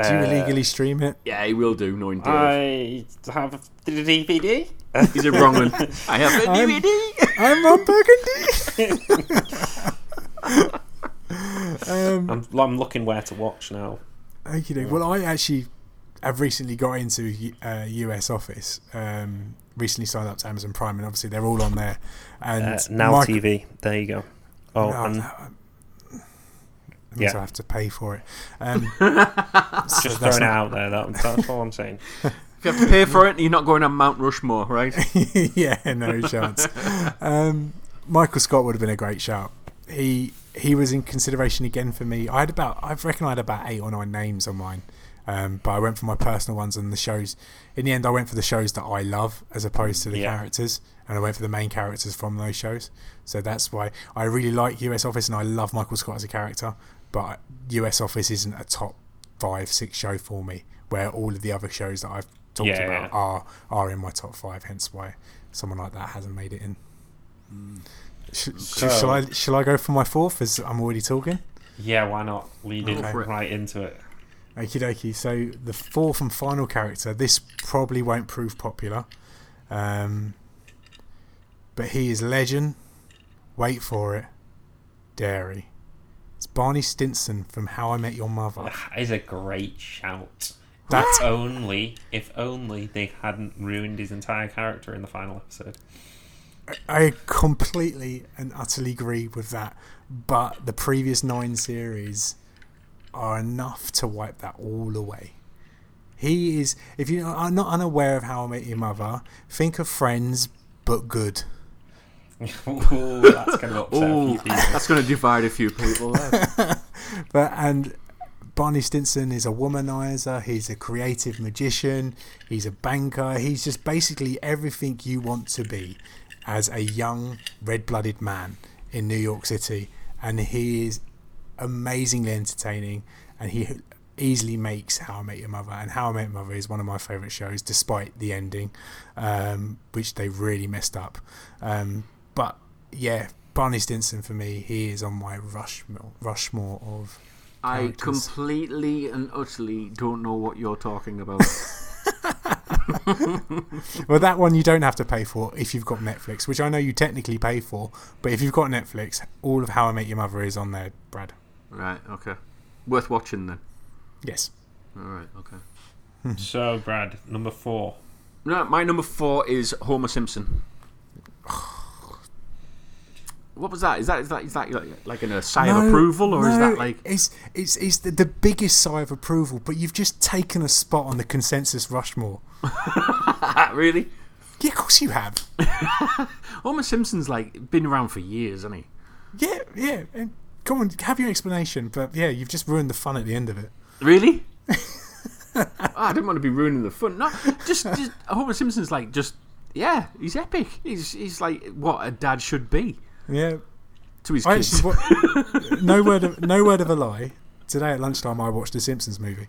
Do you uh, illegally stream it? Yeah, he will do. Knowing Dave, I have the DVD. he's a wrong one. I have a I'm- DVD. I'm on Burgundy. um, I'm, I'm looking where to watch now. Thank you, Dave. Well, I actually have recently got into uh, US Office. Um, recently signed up to Amazon Prime, and obviously they're all on there. And Uh, now Michael- TV. There you go. Oh, Oh, and no, I- that means Yeah. I have to pay for it. Um, just throwing it out there. That, that's all I'm saying. If you have to pay for it, you're not going on Mount Rushmore, right? yeah, no chance. Um, Michael Scott would have been a great shout. He he was in consideration again for me. I had about I reckon I had about eight or nine names on mine, um, but I went for my personal ones and the shows. In the end, I went for the shows that I love as opposed to the Yeah. characters, and I went for the main characters from those shows. So that's why I really like U.S. Office and I love Michael Scott as a character, but U.S. Office isn't a top five six show for me. Where all of the other shows that I've talked Yeah, about yeah. are are in my top five. Hence why someone like that hasn't made it in. Sh- sh- shall I shall I go for my fourth? As I'm already talking. Yeah, why not? Leading Okay. right into it. Okie dokie. So the fourth and final character. This probably won't prove popular, um, but he is legend. Wait for it, Dairy. It's Barney Stinson from How I Met Your Mother. That is a great shout. That's If only, if only they hadn't ruined his entire character in the final episode. I completely and utterly agree with that. But the previous nine series are enough to wipe that all away. He is, if you are not unaware of How I Met Your Mother, think of Friends, but good. Ooh, that's going to upset a Oh, few people. that's going to divide a few people. There. But and Barney Stinson is a womanizer. He's a creative magician. He's a banker. He's just basically everything you want to be as a young red-blooded man in New York City, and he is amazingly entertaining, and he easily makes How I Met Your Mother. And How I Met Your Mother is one of my favourite shows, despite the ending, um, which they really messed up. Um, but yeah, Barney Stinson for me, he is on my Rushmore, Rushmore of. I Characters. completely and utterly don't know what you're talking about. well, that one you don't have to pay for if you've got Netflix, which I know you technically pay for, but if you've got Netflix, all of How I Met Your Mother is on there, Brad. Right. Okay. Worth watching then. Yes. All right. Okay. So, Brad, number four. No, my number four is Homer Simpson. What was that? Is that is that is that like- like an a sigh of No, approval, or is no, that like it's it's it's the, the biggest sigh of approval? But you've just taken a spot on the consensus Rushmore. ah, really? Yeah, of course you have. Homer Simpson's like been around for years, hasn't he? Yeah, yeah. And come on, have your explanation. But yeah, you've just ruined the fun at the end of it. Really? Ah, I didn't want to be ruining the fun. No, just, just Homer Simpson's like just yeah, he's epic. He's he's like what a dad should be Yeah, to his I kids. actually wa- no word of no word of a lie. Today at lunchtime, I watched a Simpsons movie.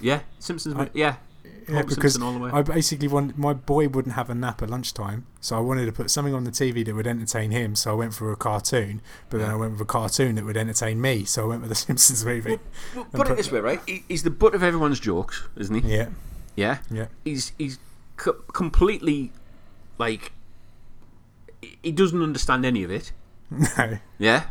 yeah, Simpsons. I- yeah, Yeah, Homer because Simpson all the way. I basically wanted my boy wouldn't have a nap at lunchtime, so I wanted to put something on the TV that would entertain him. So I went for a cartoon, but then I went with a cartoon that would entertain me. So I went with the Simpsons movie. But put it this way, right? He, he's the butt of everyone's jokes, isn't he? Yeah, Yeah. yeah, He's he's co- completely like he- he doesn't understand any of it. no. Yeah.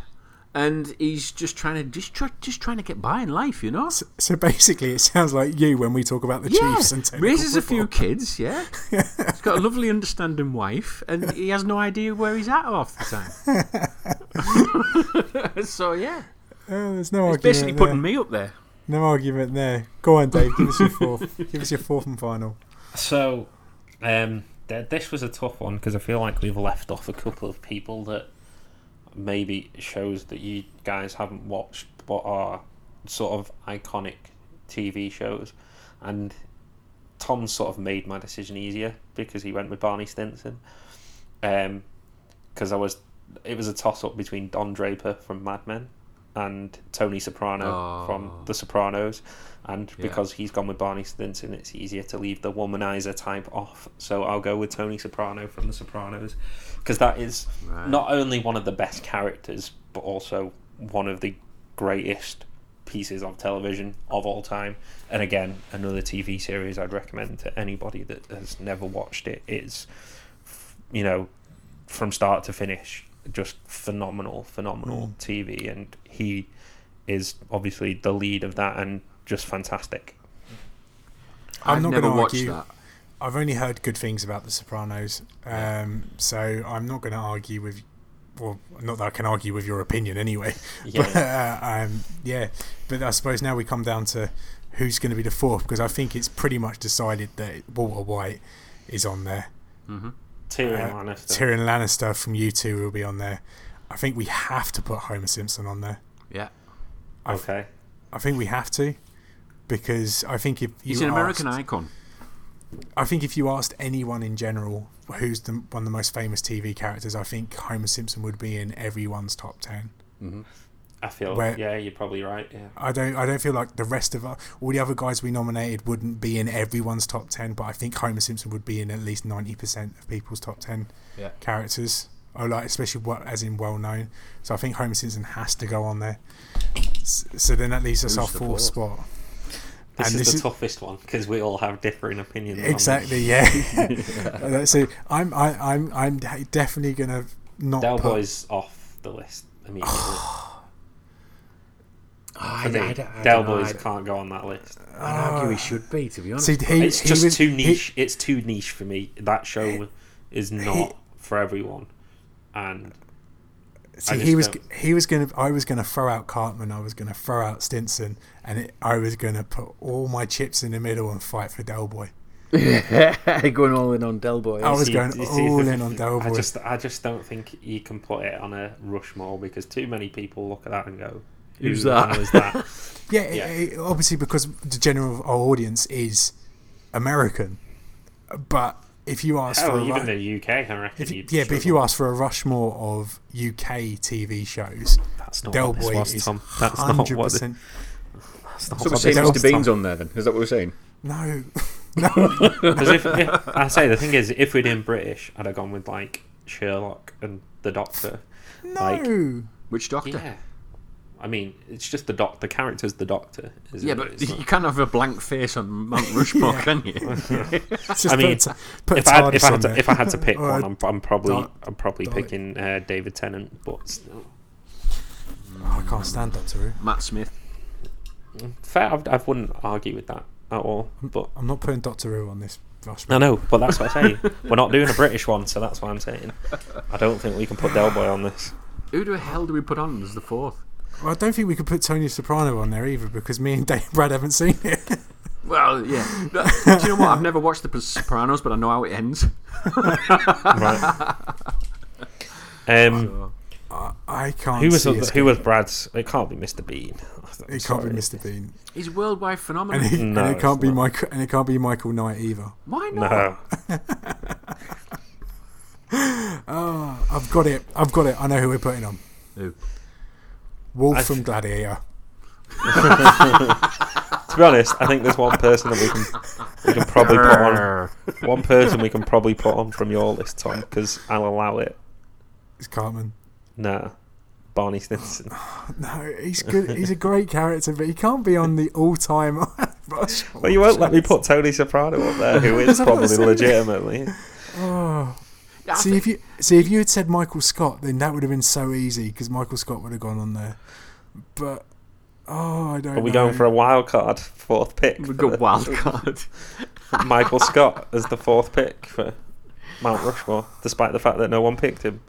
And he's just trying to just try, just trying to get by in life, you know. So basically, it sounds like you when we talk about the Yeah, Chiefs and technical raises a few football. kids. Yeah, he's got a lovely, understanding wife, and he has no idea where he's at half the time. so yeah, Oh, there's no argument. basically there. putting me up there. No argument there. Go on, Dave. Give us your fourth. give us your fourth and final. So, um, th- this was a tough one because I feel like we've left off a couple of people that maybe shows that you guys haven't watched but are sort of iconic TV shows. And Tom sort of made my decision easier because he went with Barney Stinson. Um, because I was, it was a toss up between Don Draper from Mad Men and Tony Soprano from The Sopranos, and because he's gone with Barney Stinson, it's easier to leave the womanizer type off. So I'll go with Tony Soprano from The Sopranos, because that is not only one of the best characters, but also one of the greatest pieces of television of all time. And again, another TV series I'd recommend to anybody that has never watched it is, you know, from start to finish, just phenomenal, Mm. phenomenal TV. And he is obviously the lead of that and just fantastic. I'm I've not never gonna watched argue. that. I've only heard good things about The Sopranos, um, so I'm not going to argue with. Well, not that I can argue with your opinion anyway. But, uh, um, yeah, but I suppose now we come down to who's going to be the fourth because I think it's pretty much decided that Walter White is on there. Tyrion Uh, Lannister. Tyrion Lannister from U2 will be on there. I think we have to put Homer Simpson on there. Yeah, okay. I think we have to because I think if you he's an American asked- icon. I think if you asked anyone in general who's the, one of the most famous TV characters, I think Homer Simpson would be in everyone's top ten. I feel, Where- yeah, you're probably right. Yeah. I don't I don't feel like the rest of our, all the other guys we nominated wouldn't be in everyone's top ten, but I think Homer Simpson would be in at least ninety percent of people's top ten Yeah. characters. Oh, like especially what as in well known. So I think Homer Simpson has to go on there. S- So then that leaves us our the fourth fourth? spot. This and is this the is- toughest one because we all have differing opinions. on this. Exactly, yeah. Uh, so I'm I, I'm I'm definitely gonna not Del put Boy's off the list immediately. I, I think Del Boys can't go on that list. argue he should be, to be honest. Ah. See, he, It's he just was- too he- niche. it's too niche for me. That show is not for everyone. And see, I he just was don't- he was gonna. I was gonna throw out Cartman. I was gonna throw out Stinson, and it, I was gonna put all my chips in the middle and fight for Del Boy. going all in on Del Boy. I was See, going you see, all the- in on Del I Boy. just, I just don't think you can put it on a Rushmore because too many people look at that and go, Who's "Who the that?" hell is that? yeah, it- yeah. it- obviously because the general audience is American, but if you ask for Hell, a even the ri- UK, I reckon. if, you- you'd yeah, but if you struggle. ask for a Rushmore of UK TV shows, that's not Del what this Boy was, is Tom. That's not what hundred the- percent. that's not So we're what saying Del Mr. Bean's Tom. on there then? Is that what we're saying? No, no. Because if, if I say the thing is, if we'd been British, I'd have gone with like Sherlock and the Doctor. No. Which doctor? Yeah. I mean, it's just the doc. The character's the Doctor. Isn't Yeah, it? but It's you not- can't have a blank face on Mount Rushmore, can you? It's just I mean, put a, t- put if a I had, if, I TARDIS on had to, there. if I had to pick Or a one, I'm, I'm probably Dalek. I'm probably Dalek. picking uh, David Tennant, but still. I can't stand Doctor Who. Matt Smith. fair. I've, I wouldn't argue with that at all. But I'm not putting Doctor Who on this. Rush. I know, but that's what I say. We're not doing a British one, so that's why I'm saying I don't think we can put Del Boy on this. Who the hell do we put on as the fourth? Well, I don't think we could put Tony Soprano on there either because me and Dave Brad haven't seen it. Well, yeah. No, Do you know what? I've never watched The Sopranos, but I know how it ends. Right. Um, So, I can't. who was see the- us who was Brad's? It can't be Mr. Bean. getting- It Sorry. can't be Mr. Bean, he's a worldwide and phenomenon. it, No, and it it's can't be not. Michael, and it can't be Michael Knight either. Why not? No, Oh, I've got it. I've got it. I know who we're putting on. Who? Wolf I- from Gladiator. to be honest, I think there's one person that we can we can probably put on. One person we can probably put on from your list, Tom, because I'll allow it. It's Cartman. Nah, Barney Stinson. Oh, No, he's good. He's a great character, but he can't be on the all-time. Rush. Well, you won't let me put Tony Soprano up there, who is That's what I'm probably saying. legitimately. Oh. I See if you see if you had said Michael Scott, then that would have been so easy because Michael Scott would have gone on there. But oh, I don't. Are we know. going for a wild card fourth pick? We've for got the- wild card. Michael Scott as the fourth pick for Mount Rushmore, despite the fact that no one picked him.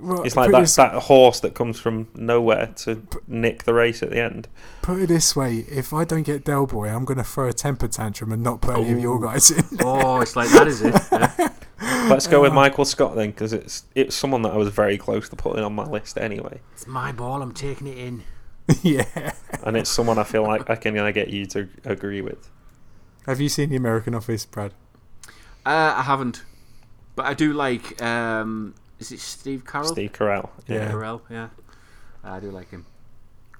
Well, It's like put, that, this, that horse that comes from nowhere to nick the race at the end. put it this way: if I don't get Del Boy, I'm going to throw a temper tantrum and not put any of your guys in. Oh, it's like that, is it? Yeah. Let's go with Michael Scott then, because it's it's someone that I was very close to putting on my list anyway, It's my ball. I'm taking it in. yeah. and it's someone I feel like I can uh, get you to agree with. Have you seen the American Office, Brad? Uh, I haven't, but I do like. Um, is it Steve Carroll? Steve Carell. Yeah. Carell, yeah. I do like him.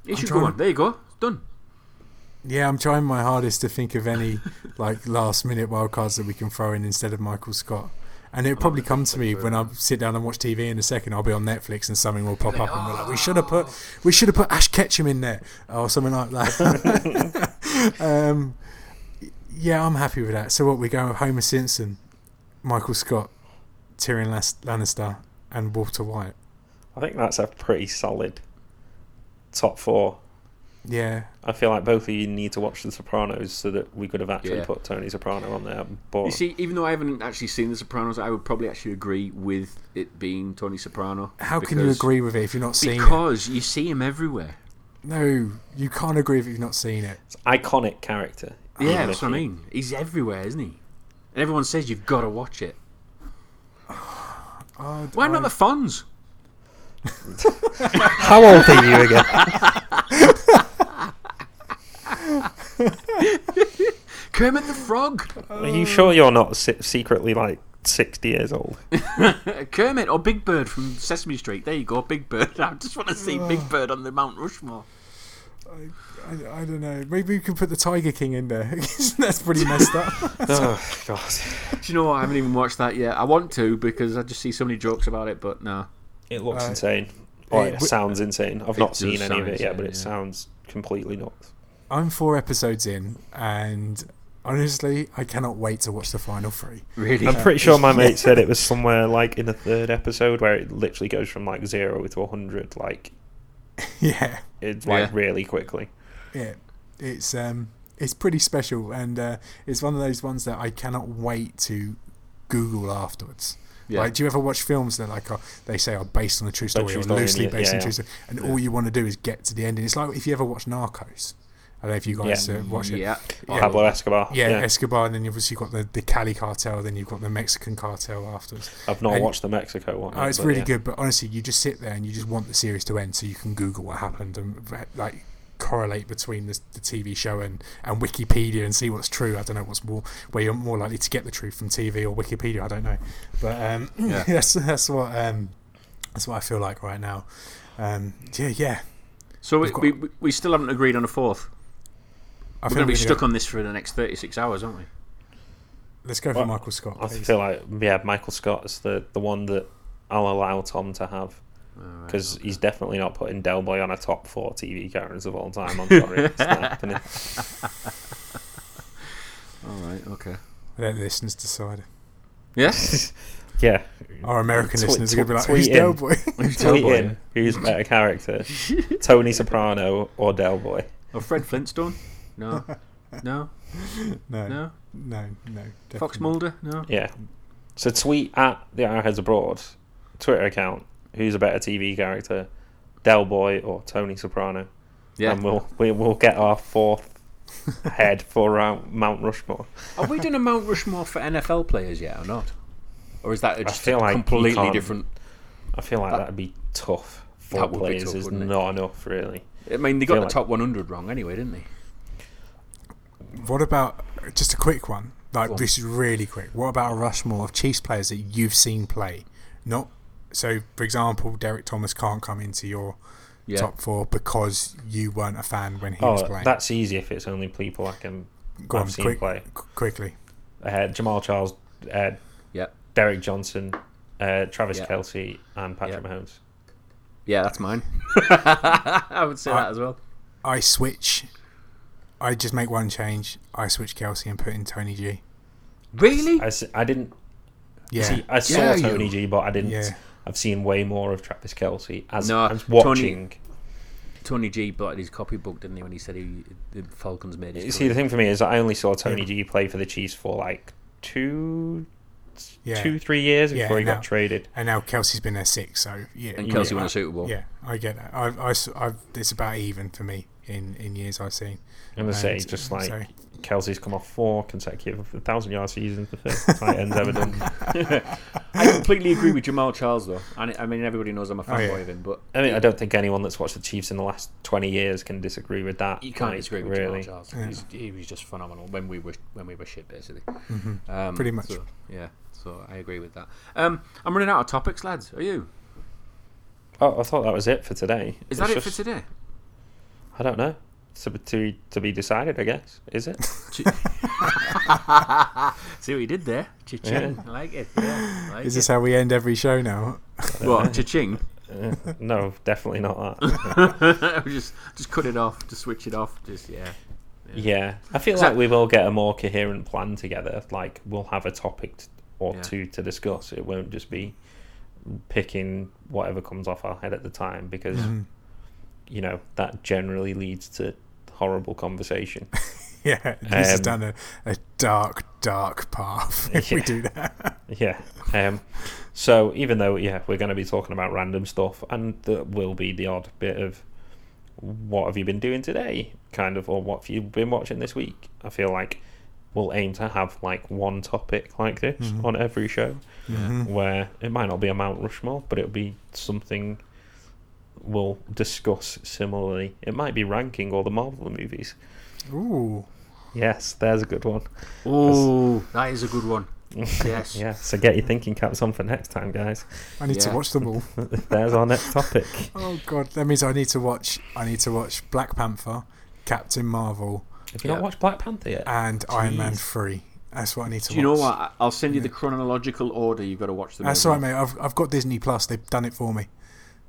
You I'm should go trying- on. There you go. Done. Yeah, I'm trying my hardest to think of any like last-minute wildcards that we can throw in instead of Michael Scott. And Oh, it'll probably come to me when I sit down and watch TV in a second. I'll be on Netflix and something will pop up, and we're like, "We should have put, Oh. we should have put Ash Ketchum in there, or something like that." um, yeah, I'm happy with that. So what we go with Homer Simpson, Michael Scott, Tyrion Las- Lannister, and Walter White. I think that's a pretty solid top four. Yeah, I feel like both of you need to watch The Sopranos so that we could have actually Yeah. put Tony Soprano on there. But You see, even though I haven't actually seen The Sopranos, I would probably actually agree with it being Tony Soprano. how can you because- agree with it if you've not seen it? Because you see him everywhere. No, you can't agree if you've not seen it. it's iconic character. Oh, Yeah, even that's if what I you- mean. He's everywhere, isn't he? And everyone says you've got to watch it. I- Why I- not the Fonz? How old are you again? Kermit the Frog, Are you sure you're not se- secretly like 60 years old? Uh, Kermit or Big Bird from Sesame Street. There you go, Big Bird. I just want to see Big Bird on the Mount Rushmore. I, I don't know. Maybe we can put the Tiger King in there. That's pretty messed up. oh, God. Do you know what? I haven't even watched that yet. I want to because I just see so many jokes about it, but no. It looks Uh, insane. Or it it w- sounds insane. I've not does seen any sound of it yet, insane, but it yeah. sounds completely nuts. I'm four episodes in, and honestly, I cannot wait to watch the final three. Really? I'm pretty sure my mate said it was somewhere like in the third episode where it literally goes from like zero to 100, like, yeah, it's like Yeah. really quickly. yeah. It's um, it's pretty special, and uh, it's one of those ones that I cannot wait to Google afterwards. Yeah. Like, do you ever watch films that like are, they say are based on a true story true or story, loosely yeah, based on yeah. true story, and all you want to do is get to the end? And it's like if you ever watch Narcos. I don't know if you guys Yeah. uh, watch it. yeah. Yeah. Pablo Escobar. Yeah, Escobar, and then you've obviously got the, the Cali cartel, then you've got the Mexican cartel afterwards. I've not and- watched the Mexico one. Oh, yet, it's Oh, but really yeah. good, but honestly, you just sit there and you just want the series to end so you can Google what happened and like correlate between the, the TV show and, and Wikipedia and see what's true. I don't know what's more where you're more likely to get the truth from TV or Wikipedia. I don't know, but um, Yeah. that's that's what um, that's what I feel like right now. Um, yeah, yeah. So we, We've got- we, we- we still haven't agreed on a fourth. I We're going to be stuck on this for the next 36 hours, aren't we? Let's go for Well, Michael Scott. I please. feel like yeah, Michael Scott is the the one that I'll allow Tom to have. because he's definitely not putting Del Boy on a top four TV characters of all time. I'm sorry, it's not happening. All right. Okay. Let the listeners decide. Yeah. Yeah, Our American Tweet- listeners are going to be like, tweet who's in. Del Boy? tweet in who's better character, Tony Soprano or Del Boy. Or Fred Flintstone? No. No. no, no, No. no, no. Fox Mulder? No. Yeah. So tweet at the Arrowheads Abroad Twitter account who's a better TV character, Del Boy or Tony Soprano, and we'll we will get our fourth head for round Mount Rushmore. Are we doing a Mount Rushmore for NFL players yet or not? Or is that just feel a like you completely can't- different? I feel like that'd be tough. Uh, Four That would be players tough, is wouldn't it? not enough, really. I mean, they got feel the like- top 100 wrong anyway, didn't they? What about just a quick one? Like Go on. this is really quick. What about a Rushmore of Chiefs players that you've seen play? Not so. For example, Derek Thomas can't come into your Yeah. top four because you weren't a fan when he was Oh, playing. that's easy if it's only people I can Go on, I've seen quick, play. qu- quickly. Uh, Jamal Charles, uh, Yeah. Derek Johnson, uh, Travis Yeah. Kelsey, and Patrick Yeah. Mahomes. Yeah, that's mine. I would say that as well. I switch. I just make one change. I switch Kelsey and put in Tony G. Really? I, s- I didn't Yeah, See, I saw Yeah, Tony you- G, but I didn't. Yeah. I've seen way more of Travis Kelsey as No, I was Tony- watching. Tony G blotted his copybook, didn't he, when he said he, the Falcons made You his see, career? the thing for me is I only saw Tony G play for the Chiefs for like two, yeah. two, three years Yeah, before he no. got traded. and now Kelsey's been there six. So yeah, And Kelsey Yeah. won a Super Bowl. yeah, I get that. I've, I, have it's about even for me in in years I've seen. I'm gonna say And just so- like Kelsey's come off four consecutive thousand yard seasons, the first tight end's ever done. I completely agree with Jamal Charles, though. And I mean, everybody knows I'm a fanboy Oh, yeah. of him, but I mean, I don't think anyone that's watched the Chiefs in the last twenty years can disagree with that. you can't like, disagree with really. Jamal Charles. He's, he was just phenomenal when we were when we were shit, basically. Um, Mm-hmm. Pretty much. so, yeah. So I agree with that. Um, I'm running out of topics, lads. Are you? Oh, I thought that was it for today. Is It's that it for just- today? I don't know. To, to to be decided, I guess. Is it? See what you did there? Cha-ching. Yeah. I like it. Yeah. I like Is it. this how we end every show now? what? Cha-ching. no, definitely not that. just just cut it off. Just switch it off. Just yeah. Yeah, I feel So- like we will get a more coherent plan together. Like we'll have a topic t- or Yeah. two to discuss. It won't just be picking whatever comes off our head at the time because you know that generally leads to horrible conversation. Yeah, this has Um, done a, a dark, dark path if we Yeah. do that. yeah. Um. So even though yeah we're going to be talking about random stuff and there will be the odd bit of what have you been doing today kind of or what have you been watching this week. I feel like we'll aim to have like one topic like this Mm-hmm. on every show. where it might not be a Mount Rushmore, but it'll be something we'll discuss similarly. It might be ranking all the Marvel movies. Ooh, Yes, there's a good one. Oh, that is a good one. Yes. Yeah, so get your thinking caps on for next time, guys. I need to Yeah. watch them all. There's our next topic. Oh god, that means I need to watch. I need to watch Black Panther, Captain Marvel, Have you Yeah. not watched Black Panther yet? and Iron Man Jeez. three. That's what I need to. Do you know watch. what? I- I'll send you the chronological order. You've got to watch them. That's in. all right, mate. I've I've got Disney Plus. They've done it for me,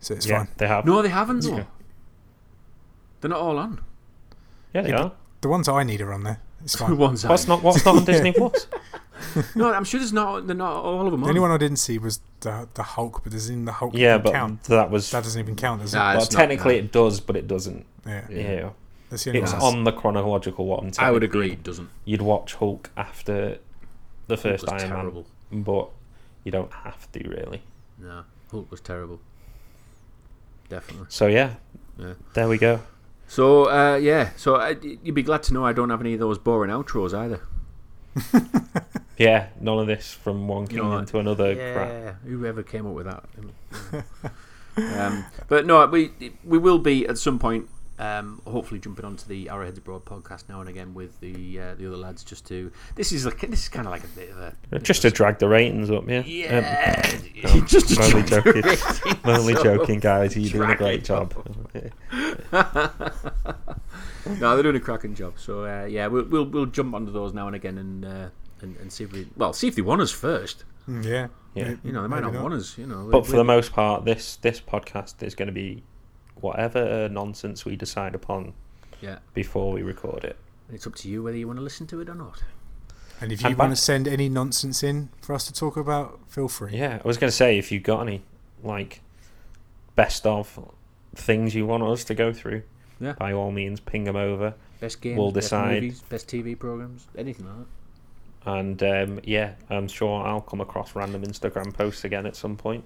so it's yeah, fine. they have. No, they haven't. Though. Yeah. They're not all on. yeah, they are. The ones I need are on there. It's fine. the One's What's on. not what's not on Disney Plus? No, I'm sure there's not. They're not all of them. on. only one I didn't see was the the Hulk, but does in the Hulk Yeah, even but count? that was That doesn't even count, does Nah, it? well, it's not- technically it does, but it doesn't. Yeah, Yeah. that's the only It's one. on the chronological one. I would technically. agree. It doesn't. You'd watch Hulk after the first was Iron terrible. Man, but you don't have to really. No, Hulk was terrible. Definitely. So yeah, Yeah. there we go. So uh, yeah, so uh, y- you'd be glad to know I don't have any of those boring outros either. Yeah, none of this from one kingdom what? to another. Crap. Yeah, whoever came up with that. um, but no, we we will be at some point. Um, hopefully, jumping onto the Arrowheads Abroad podcast now and again with the uh, the other lads, just to this is like this is kind of like a bit of a Just to drag the ratings up, yeah. yeah, just just a I'm only drag joking. I'm only up. joking, guys. You're doing Drag a great it job. No, they're doing a cracking job. So uh, yeah, we'll, we'll we'll jump onto those now and again and uh, and, and see if we well see if they want us first. Mm, yeah. Yeah. You know, they might Maybe not not. want us. You know, But for the moment, most part, this this podcast is going to be whatever nonsense we decide upon yeah, before we record it. it's up to you whether you want to listen to it or not. And if And you want to back- send any nonsense in for us to talk about, feel free. Yeah, I was going to say if you got any like best of things you want us to go through, Yeah. by all means ping them over. Best games, We'll best decide. movies, best TV programs, anything like that. And um, yeah, I'm sure I'll come across random Instagram posts again at some point.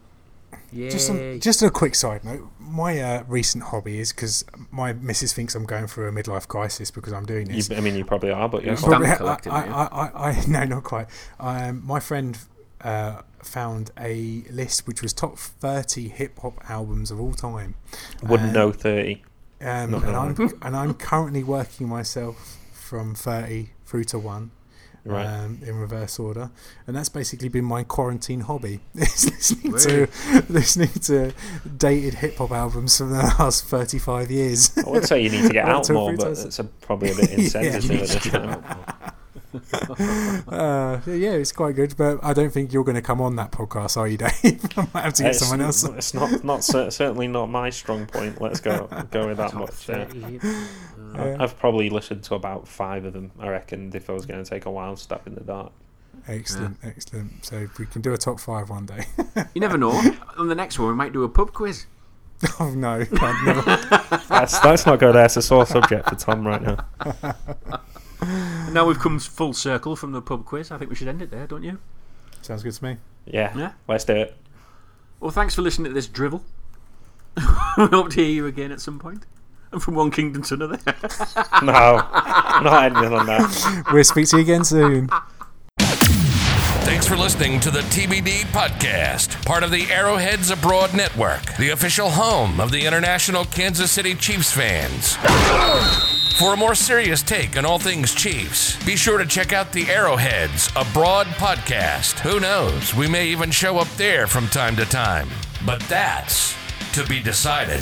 Yeah, Just on, just a quick side note. My uh, recent hobby is because my missus thinks I'm going through a midlife crisis because I'm doing You, this. I mean, you probably are, but yeah, Stamp Probably- I- collecting, I, yeah. I, I, I, no, not quite. Um, my friend uh, found a list which was top 30 hip hop albums of all time. wouldn't Um, know thirty. Um, Not and, gonna I'm, and I'm currently working myself from 30 through to 1 Right. um, in reverse order. And that's basically been my quarantine hobby is listening, Really? to, listening to dated hip hop albums from the last 35 years. I would say you need to get Well, out till more, three but times- it's a, probably a bit insensitive you at this time. Uh, yeah, it's quite good, but I don't think you're going to come on that podcast, are you, Dave? I might have to get It's- someone else. on. It's not not cer- certainly not my strong point. Let's go go with that Top much. yeah. 30 hit- I- I've probably listened to about five of them. I reckon if I was going to take a wild step in the dark. Excellent, excellent. So if we can do a top five one day. you never know. on the next one, we might do a pub quiz. oh no, can't, no. Let's, let's not go there. It's a sore subject for Tom right now. And now we've come full circle from the pub quiz. I think we should end it there, don't you? sounds good to me. Yeah, Yeah. let's do it. Well, thanks for listening to this drivel. we hope to hear you again at some point. And from one kingdom to another. No, not ending on that. We'll speak to you again soon. Thanks for listening to the TBD Podcast, part of the Arrowheads Abroad Network, the official home of the international Kansas City Chiefs fans. For a more serious take on all things Chiefs, be sure to check out the Arrowheads Abroad Podcast. Who knows, we may even show up there from time to time. But that's to be decided.